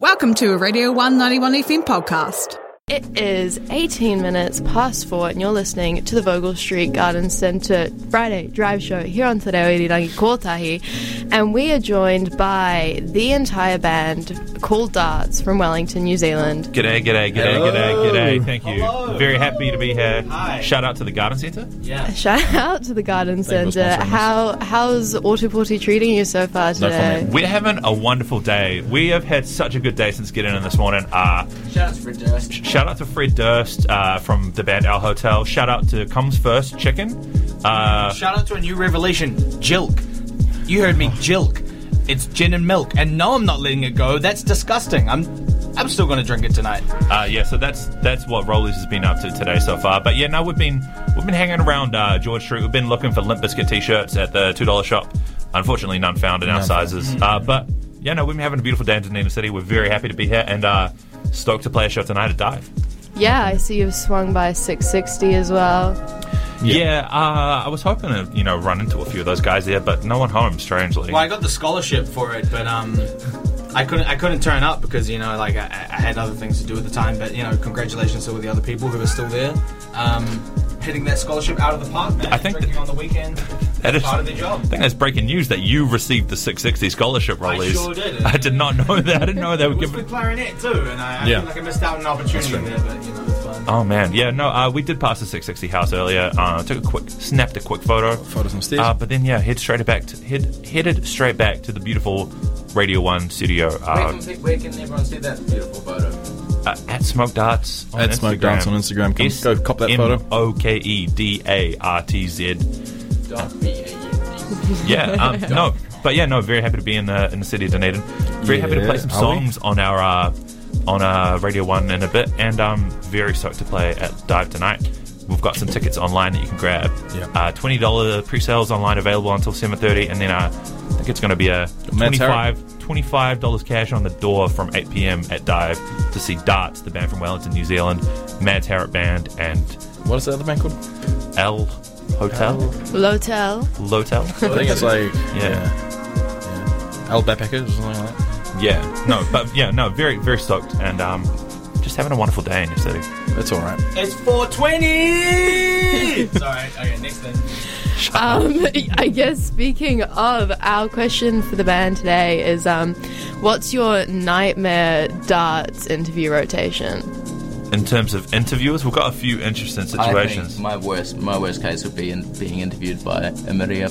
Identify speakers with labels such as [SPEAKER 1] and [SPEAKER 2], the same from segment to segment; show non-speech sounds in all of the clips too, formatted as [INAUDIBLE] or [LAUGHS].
[SPEAKER 1] Welcome to a Radio 191 FM podcast.
[SPEAKER 2] It is 18 minutes past four, and you're listening to the Vogel Street Garden Centre Friday Drive Show here on Te Reo Irirangi Kotahi. And we are joined by the entire band called Darts from Wellington, New Zealand.
[SPEAKER 3] G'day, g'day, g'day,
[SPEAKER 4] Hello.
[SPEAKER 3] g'day, g'day. Thank you.
[SPEAKER 4] Hello.
[SPEAKER 3] Very happy to be here.
[SPEAKER 4] Hi.
[SPEAKER 3] Shout out to the Garden Centre.
[SPEAKER 2] Shout out to the Garden
[SPEAKER 5] Thank you for
[SPEAKER 2] Centre.
[SPEAKER 5] sponsoring us.
[SPEAKER 2] How How's Autoporti treating you so far today?
[SPEAKER 5] comment.
[SPEAKER 3] We're having a wonderful day. We have had such a good day since getting in this morning. Uh,
[SPEAKER 4] Shout out to Fred Durst.
[SPEAKER 3] shout out to Fred Durst uh, from the band Our Hotel. Shout out to Comes First Chicken. Uh,
[SPEAKER 4] Shout out to a new revelation, Jilk. You heard me, Jilk. It's gin and milk, and no, I'm not letting it go. That's disgusting. I'm, I'm still gonna drink it tonight.
[SPEAKER 3] uh, yeah, so that's that's what Rollies has been up to today so far. But yeah, no, we've been we've been hanging around uh, George Street. We've been looking for Limp Bizkit t-shirts at the two dollar shop. Unfortunately, none found in our sizes. Uh, but yeah, no, we've been having a beautiful day in Dunedin City. We're very happy to be here and uh, stoked to play a show tonight at Dive.
[SPEAKER 2] Yeah, I see you've swung by 660 as well.
[SPEAKER 3] Yeah, uh, I was hoping to, you know, run into a few of those guys there, but no one home, strangely.
[SPEAKER 4] Well, I got the scholarship for it, but um, I couldn't, I couldn't turn up because you know, like I, I had other things to do at the time. But you know, congratulations to all the other people who are still there, um, hitting that scholarship out of the park. Man.
[SPEAKER 3] I think
[SPEAKER 4] drinking
[SPEAKER 3] that-
[SPEAKER 4] on the weekend,
[SPEAKER 3] That is-
[SPEAKER 4] part of the job.
[SPEAKER 3] I think that's breaking news that you received the 660 scholarship release.
[SPEAKER 4] sure did.
[SPEAKER 3] I did not know that. I didn't know they were
[SPEAKER 4] It was with
[SPEAKER 3] giving.
[SPEAKER 4] clarinet too, and I, I
[SPEAKER 5] Yeah.
[SPEAKER 4] feel like I missed out on an opportunity there. But you know, it's fun.
[SPEAKER 3] Oh man, yeah, no, uh, we did pass the 660 house earlier. Uh, took a quick, snapped a quick photo.
[SPEAKER 5] Photos on stairs.
[SPEAKER 3] Uh, but then yeah, head straight back, to, head headed straight back to the beautiful Radio One studio uh,
[SPEAKER 4] where can everyone see that beautiful photo?
[SPEAKER 3] uh, at Smoke Darts. On
[SPEAKER 5] At
[SPEAKER 3] Instagram.
[SPEAKER 5] Smoke Darts on Instagram. Come- go cop that photo.
[SPEAKER 3] O K E D A R T Z.
[SPEAKER 4] Don't be a
[SPEAKER 3] Yeah, um, no, but yeah, no, very happy to be in the in the city of Dunedin. Very happy to
[SPEAKER 5] Yeah,
[SPEAKER 3] play some
[SPEAKER 5] are we?
[SPEAKER 3] songs on our uh, on uh, Radio One in a bit, and um, very stoked to play at Dive tonight. We've got some tickets online that you can grab.
[SPEAKER 5] Yeah.
[SPEAKER 3] Uh, Twenty dollar pre-sales online available until seven thirty, and then uh, I think it's going to be a
[SPEAKER 5] Matt's
[SPEAKER 3] 25 25 dollars cash on the door from eight pm at Dive to see Darts, the band from Wellington, New Zealand, Mad Tarot Band, and
[SPEAKER 5] What is the other band called?
[SPEAKER 3] L Hotel
[SPEAKER 2] Lotel.
[SPEAKER 3] Lotel.
[SPEAKER 5] I think it's like
[SPEAKER 3] yeah.
[SPEAKER 5] El Bapacker or something like that.
[SPEAKER 3] Yeah, no, but yeah, no, very, very stoked and um, just having a wonderful day in your city.
[SPEAKER 5] That's all right.
[SPEAKER 4] It's [LAUGHS] 420! Sorry, okay, next thing.
[SPEAKER 2] Um, [LAUGHS] I guess speaking of, our question for the band today is um, what's your nightmare darts interview
[SPEAKER 5] [LAUGHS]
[SPEAKER 2] rotation?
[SPEAKER 3] In terms of interviewers, we've got a few interesting
[SPEAKER 6] I
[SPEAKER 3] situations.
[SPEAKER 6] think my worst, my worst case would be in, being interviewed by Emilia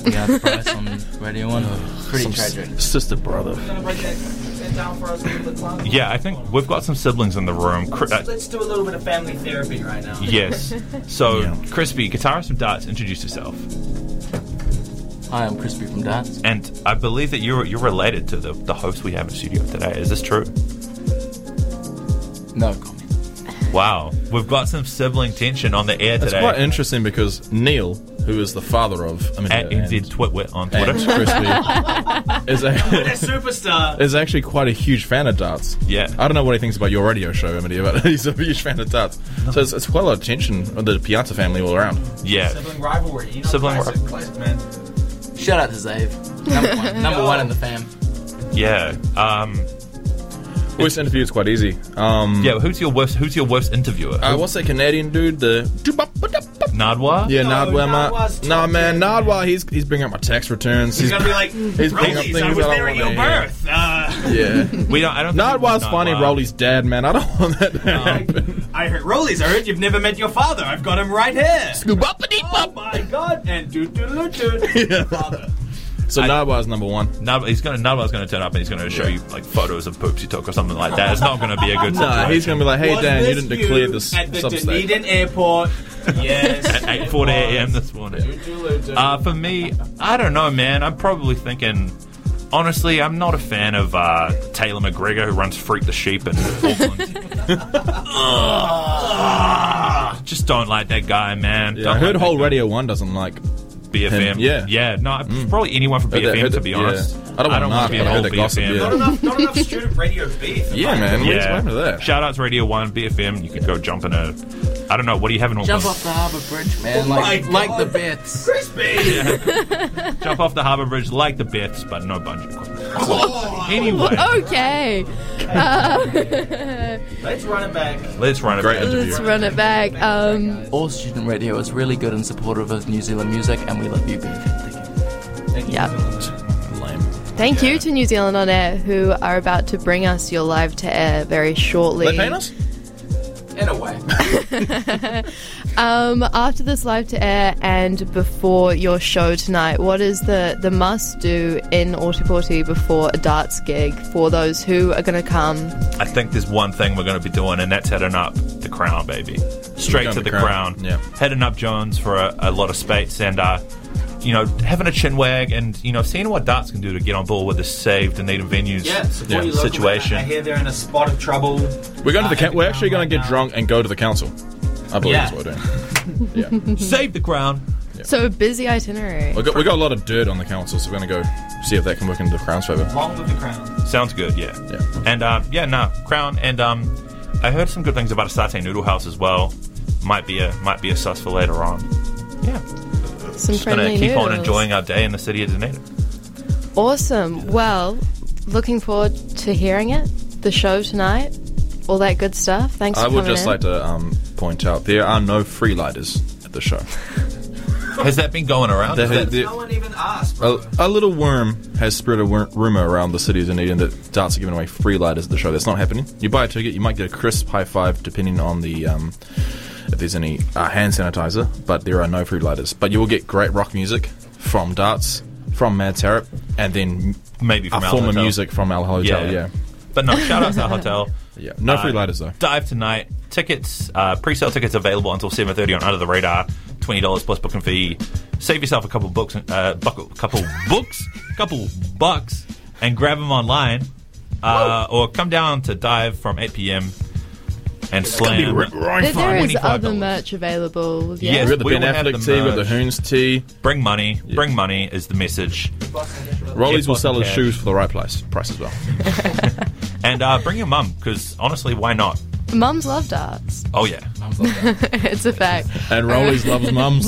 [SPEAKER 4] [LAUGHS]
[SPEAKER 6] Piazza Price on Radio One.
[SPEAKER 4] Uh,
[SPEAKER 6] Pretty tragic.
[SPEAKER 5] It's just a brother.
[SPEAKER 4] Break that, that down for us a little bit, Clark.
[SPEAKER 3] yeah, I think we've got some siblings in the room. Cri-
[SPEAKER 6] [LAUGHS]
[SPEAKER 3] uh,
[SPEAKER 4] Let's do a little bit of family therapy right now.
[SPEAKER 3] yes. So,
[SPEAKER 5] Yeah.
[SPEAKER 3] Crispy, guitarist from Darts, introduce yourself.
[SPEAKER 6] Hi, I'm Crispy from Darts.
[SPEAKER 3] And I believe that you're you're related to the, the host we have in the studio today. Is this true?
[SPEAKER 6] No comment.
[SPEAKER 3] Wow, we've got some sibling tension on the air
[SPEAKER 5] It's
[SPEAKER 3] today.
[SPEAKER 5] quite interesting because Neil, who is the father of I mean,
[SPEAKER 3] at
[SPEAKER 5] and-
[SPEAKER 3] NZ Twitwit on
[SPEAKER 5] and
[SPEAKER 3] Twitter.
[SPEAKER 5] [LAUGHS] Crispy, is, a,
[SPEAKER 4] That superstar!
[SPEAKER 5] is actually quite a huge fan of darts.
[SPEAKER 3] Yeah.
[SPEAKER 5] I don't know what he thinks about your radio show, Emily, but [LAUGHS] he's a huge fan of darts. So it's, it's quite a lot of tension of the Piazza family all around.
[SPEAKER 3] yeah.
[SPEAKER 4] Sibling rivalry, you know,
[SPEAKER 3] Sibling
[SPEAKER 4] classic,
[SPEAKER 3] rivalry.
[SPEAKER 4] classic, man.
[SPEAKER 6] Shout out to Zave,
[SPEAKER 4] [LAUGHS]
[SPEAKER 6] number one, number one in the fam.
[SPEAKER 3] Yeah. Um,
[SPEAKER 5] Voice interview is quite easy. Um,
[SPEAKER 3] yeah, who's your worst who's your worst interviewer?
[SPEAKER 5] uh, what's that Canadian dude? The
[SPEAKER 3] Nadwa?
[SPEAKER 5] Yeah,
[SPEAKER 4] No,
[SPEAKER 5] Nadwa,
[SPEAKER 4] Nadwa's
[SPEAKER 5] mate. Nah,
[SPEAKER 4] top
[SPEAKER 5] man,
[SPEAKER 4] tier.
[SPEAKER 5] Nadwa, he's he's bringing up my tax returns.
[SPEAKER 4] He's
[SPEAKER 5] He's,
[SPEAKER 4] gonna be like,
[SPEAKER 5] he's picking up
[SPEAKER 4] Rollies,
[SPEAKER 5] things
[SPEAKER 4] I
[SPEAKER 5] I
[SPEAKER 4] was
[SPEAKER 5] don't
[SPEAKER 4] there at your
[SPEAKER 5] wanna hear.
[SPEAKER 4] birth!
[SPEAKER 5] [LAUGHS]
[SPEAKER 4] Uh, [LAUGHS]
[SPEAKER 5] yeah.
[SPEAKER 3] We don't, I don't think
[SPEAKER 5] Nadwa's
[SPEAKER 3] Nadwa-
[SPEAKER 5] finding Rolly's dad, man. I don't [LAUGHS] want that to happen.
[SPEAKER 4] [LAUGHS] I heard Rollies, I heard you've never met your father. I've got him right here! Oh my god! And doo doo doo doo. Father.
[SPEAKER 5] So Nadwa's number one.
[SPEAKER 3] Nadwa, he's gonna Nadwa's gonna turn up and he's gonna show you like photos of poops he took or something like that. It's not gonna be a
[SPEAKER 5] [LAUGHS]
[SPEAKER 3] good situation.
[SPEAKER 5] Nah, he's gonna be like, hey
[SPEAKER 4] Was
[SPEAKER 5] Dan, you
[SPEAKER 4] this
[SPEAKER 5] didn't declare
[SPEAKER 4] you
[SPEAKER 5] this
[SPEAKER 4] At the
[SPEAKER 5] substate.
[SPEAKER 4] Dunedin airport. Yes.
[SPEAKER 5] [LAUGHS]
[SPEAKER 3] at eight forty a.m. this morning. Uh, for me, I don't know, man. I'm probably thinking. Honestly, I'm not a fan of uh, Taylor McGregor who runs Freak the Sheep in Auckland.
[SPEAKER 5] [LAUGHS]
[SPEAKER 3] Ugh. Just don't like that guy, man.
[SPEAKER 5] Yeah,
[SPEAKER 3] Don't
[SPEAKER 5] I heard
[SPEAKER 3] like
[SPEAKER 5] Whole
[SPEAKER 3] that guy.
[SPEAKER 5] Radio One doesn't like.
[SPEAKER 3] BFM.
[SPEAKER 5] Him, yeah. Mm.
[SPEAKER 3] yeah. No, probably anyone from
[SPEAKER 5] Heard that-
[SPEAKER 3] BFM
[SPEAKER 5] heard
[SPEAKER 3] to
[SPEAKER 5] that-
[SPEAKER 3] be
[SPEAKER 5] yeah.
[SPEAKER 3] honest.
[SPEAKER 5] I don't want Mark,
[SPEAKER 3] to be
[SPEAKER 5] but I heard
[SPEAKER 3] an
[SPEAKER 5] that
[SPEAKER 3] old
[SPEAKER 5] gossip,
[SPEAKER 3] BFM.
[SPEAKER 5] yeah.
[SPEAKER 4] Not enough, not enough student radio beef.
[SPEAKER 5] Yeah, man. What's
[SPEAKER 3] Yeah.
[SPEAKER 5] happened to that?
[SPEAKER 3] Shout out to Radio One, BFM. You could go jump in a. I don't know. What do you have in Auckland?
[SPEAKER 6] Jump off the harbour bridge, man.
[SPEAKER 4] Oh my
[SPEAKER 6] Like, like
[SPEAKER 4] God.
[SPEAKER 6] the bits.
[SPEAKER 4] Crispy!
[SPEAKER 3] Jump off the harbour bridge like the Beths, but no bungee.
[SPEAKER 4] [LAUGHS]
[SPEAKER 3] Anyway,
[SPEAKER 2] Okay,
[SPEAKER 4] Let's run it back.
[SPEAKER 3] let's run it.
[SPEAKER 5] Great
[SPEAKER 3] back.
[SPEAKER 5] interview.
[SPEAKER 2] let's run it back. Um,
[SPEAKER 6] All student radio is really good and supportive of New Zealand music, and we love you, Ben.
[SPEAKER 4] Thank you.
[SPEAKER 2] Yeah.
[SPEAKER 5] Lame.
[SPEAKER 2] thank you to New Zealand on Air who are about to bring us your live to air very shortly.
[SPEAKER 5] They paying us?
[SPEAKER 6] In a way.
[SPEAKER 2] Um, after this live to air and before your show tonight, what is the, the must do in Ortiporti before a darts gig for those who are going to come?
[SPEAKER 3] I think there's one thing we're going to be doing, and that's heading up the crown, baby. Straight
[SPEAKER 5] Going
[SPEAKER 3] to the
[SPEAKER 5] to
[SPEAKER 3] crown.
[SPEAKER 5] Crown, yeah.
[SPEAKER 3] Heading up Jones for a, a lot of spates and, uh, you know, having a chin wag and, you know, seeing what darts can do to get on board with the saved and needed venues
[SPEAKER 4] Yeah, support
[SPEAKER 5] Yeah.
[SPEAKER 4] your local
[SPEAKER 3] situation.
[SPEAKER 4] I hear they're in a spot of trouble.
[SPEAKER 5] We're going to the.
[SPEAKER 4] Uh,
[SPEAKER 5] Ca- we're actually going
[SPEAKER 4] right
[SPEAKER 5] to get
[SPEAKER 4] now.
[SPEAKER 5] drunk and go to the council. I believe
[SPEAKER 4] Yeah.
[SPEAKER 5] that's what we're doing. yeah,
[SPEAKER 3] Save the crown.
[SPEAKER 2] So a busy itinerary.
[SPEAKER 5] we got we got a lot of dirt on the council, so we're going to go see if that can work into the crown's favour.
[SPEAKER 4] Wrong with the crown.
[SPEAKER 3] Sounds good, yeah.
[SPEAKER 5] Yeah.
[SPEAKER 3] And, uh, yeah, no, crown. And um, I heard some good things about a satay noodle house as well. Might be a might be a sus for later on. Yeah,
[SPEAKER 2] Some
[SPEAKER 3] just gonna
[SPEAKER 2] friendly
[SPEAKER 3] keep on
[SPEAKER 2] noodles.
[SPEAKER 3] enjoying our day in the city of Dunedin.
[SPEAKER 2] Awesome. Well, looking forward to hearing it. The show tonight, all that good stuff. Thanks.
[SPEAKER 5] I
[SPEAKER 2] for
[SPEAKER 5] would
[SPEAKER 2] coming
[SPEAKER 5] just
[SPEAKER 2] in.
[SPEAKER 5] like to um, point out there are no free lighters at the show.
[SPEAKER 3] Has that been going around?
[SPEAKER 5] There-
[SPEAKER 3] Is that-
[SPEAKER 5] there-
[SPEAKER 4] No one even asked.
[SPEAKER 5] a,
[SPEAKER 4] Bro.
[SPEAKER 5] a little worm has spread a wor- rumor around the cities in Eden that darts are giving away free lighters at the show. That's not happening. You buy a ticket, you might get a crisp high five depending on the um, if there's any uh, hand sanitizer. But there are no free lighters. But you will get great rock music from darts, from Mad Tarot, and then
[SPEAKER 3] Maybe from
[SPEAKER 5] a
[SPEAKER 3] Al
[SPEAKER 5] form of
[SPEAKER 3] Hotel.
[SPEAKER 5] music from Al Hotel. Yeah, yeah.
[SPEAKER 3] But no, shout out
[SPEAKER 5] [LAUGHS]
[SPEAKER 3] to our hotel.
[SPEAKER 5] No
[SPEAKER 3] Uh,
[SPEAKER 5] free lighters though.
[SPEAKER 3] Dive tonight. Tickets, uh, pre-sale tickets available until 7.30 on Under the Radar. $20 plus booking fee. Save yourself a couple books, uh, buckle, couple [LAUGHS] books, couple bucks, and grab them online. Uh, or come down to Dive from 8 p.m. and slam.
[SPEAKER 2] There- there is
[SPEAKER 3] $25.
[SPEAKER 2] other merch available. Yeah.
[SPEAKER 3] Yes.
[SPEAKER 5] We've got the
[SPEAKER 3] we
[SPEAKER 5] Ben
[SPEAKER 3] will have
[SPEAKER 5] Affleck
[SPEAKER 3] the
[SPEAKER 5] tea, we've got the
[SPEAKER 3] merch.
[SPEAKER 5] Hoons tea.
[SPEAKER 3] Bring money. Bring money is the message.
[SPEAKER 5] Rollies
[SPEAKER 3] fucking
[SPEAKER 5] will sell his
[SPEAKER 3] cash.
[SPEAKER 5] shoes for the right price, price as well.
[SPEAKER 3] And uh, bring your mum, because honestly, why not?
[SPEAKER 2] Mums love darts. [LAUGHS]
[SPEAKER 3] Oh, yeah.
[SPEAKER 2] it's a fact.
[SPEAKER 5] And Rollies loves mums.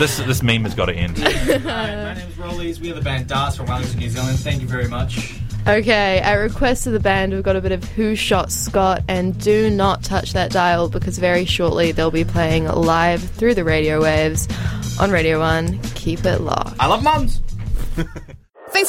[SPEAKER 3] This, this meme has got to end.
[SPEAKER 5] uh,
[SPEAKER 4] My name's Rollies. We are the band Darts from Wellington, New Zealand. Thank you very much.
[SPEAKER 2] Okay, at request of the band, we've got a bit of Who Shot Scott, and do not touch that dial because very shortly they'll be playing live through the radio waves on Radio 1. Keep it locked.
[SPEAKER 4] I love mums.
[SPEAKER 1] Thanks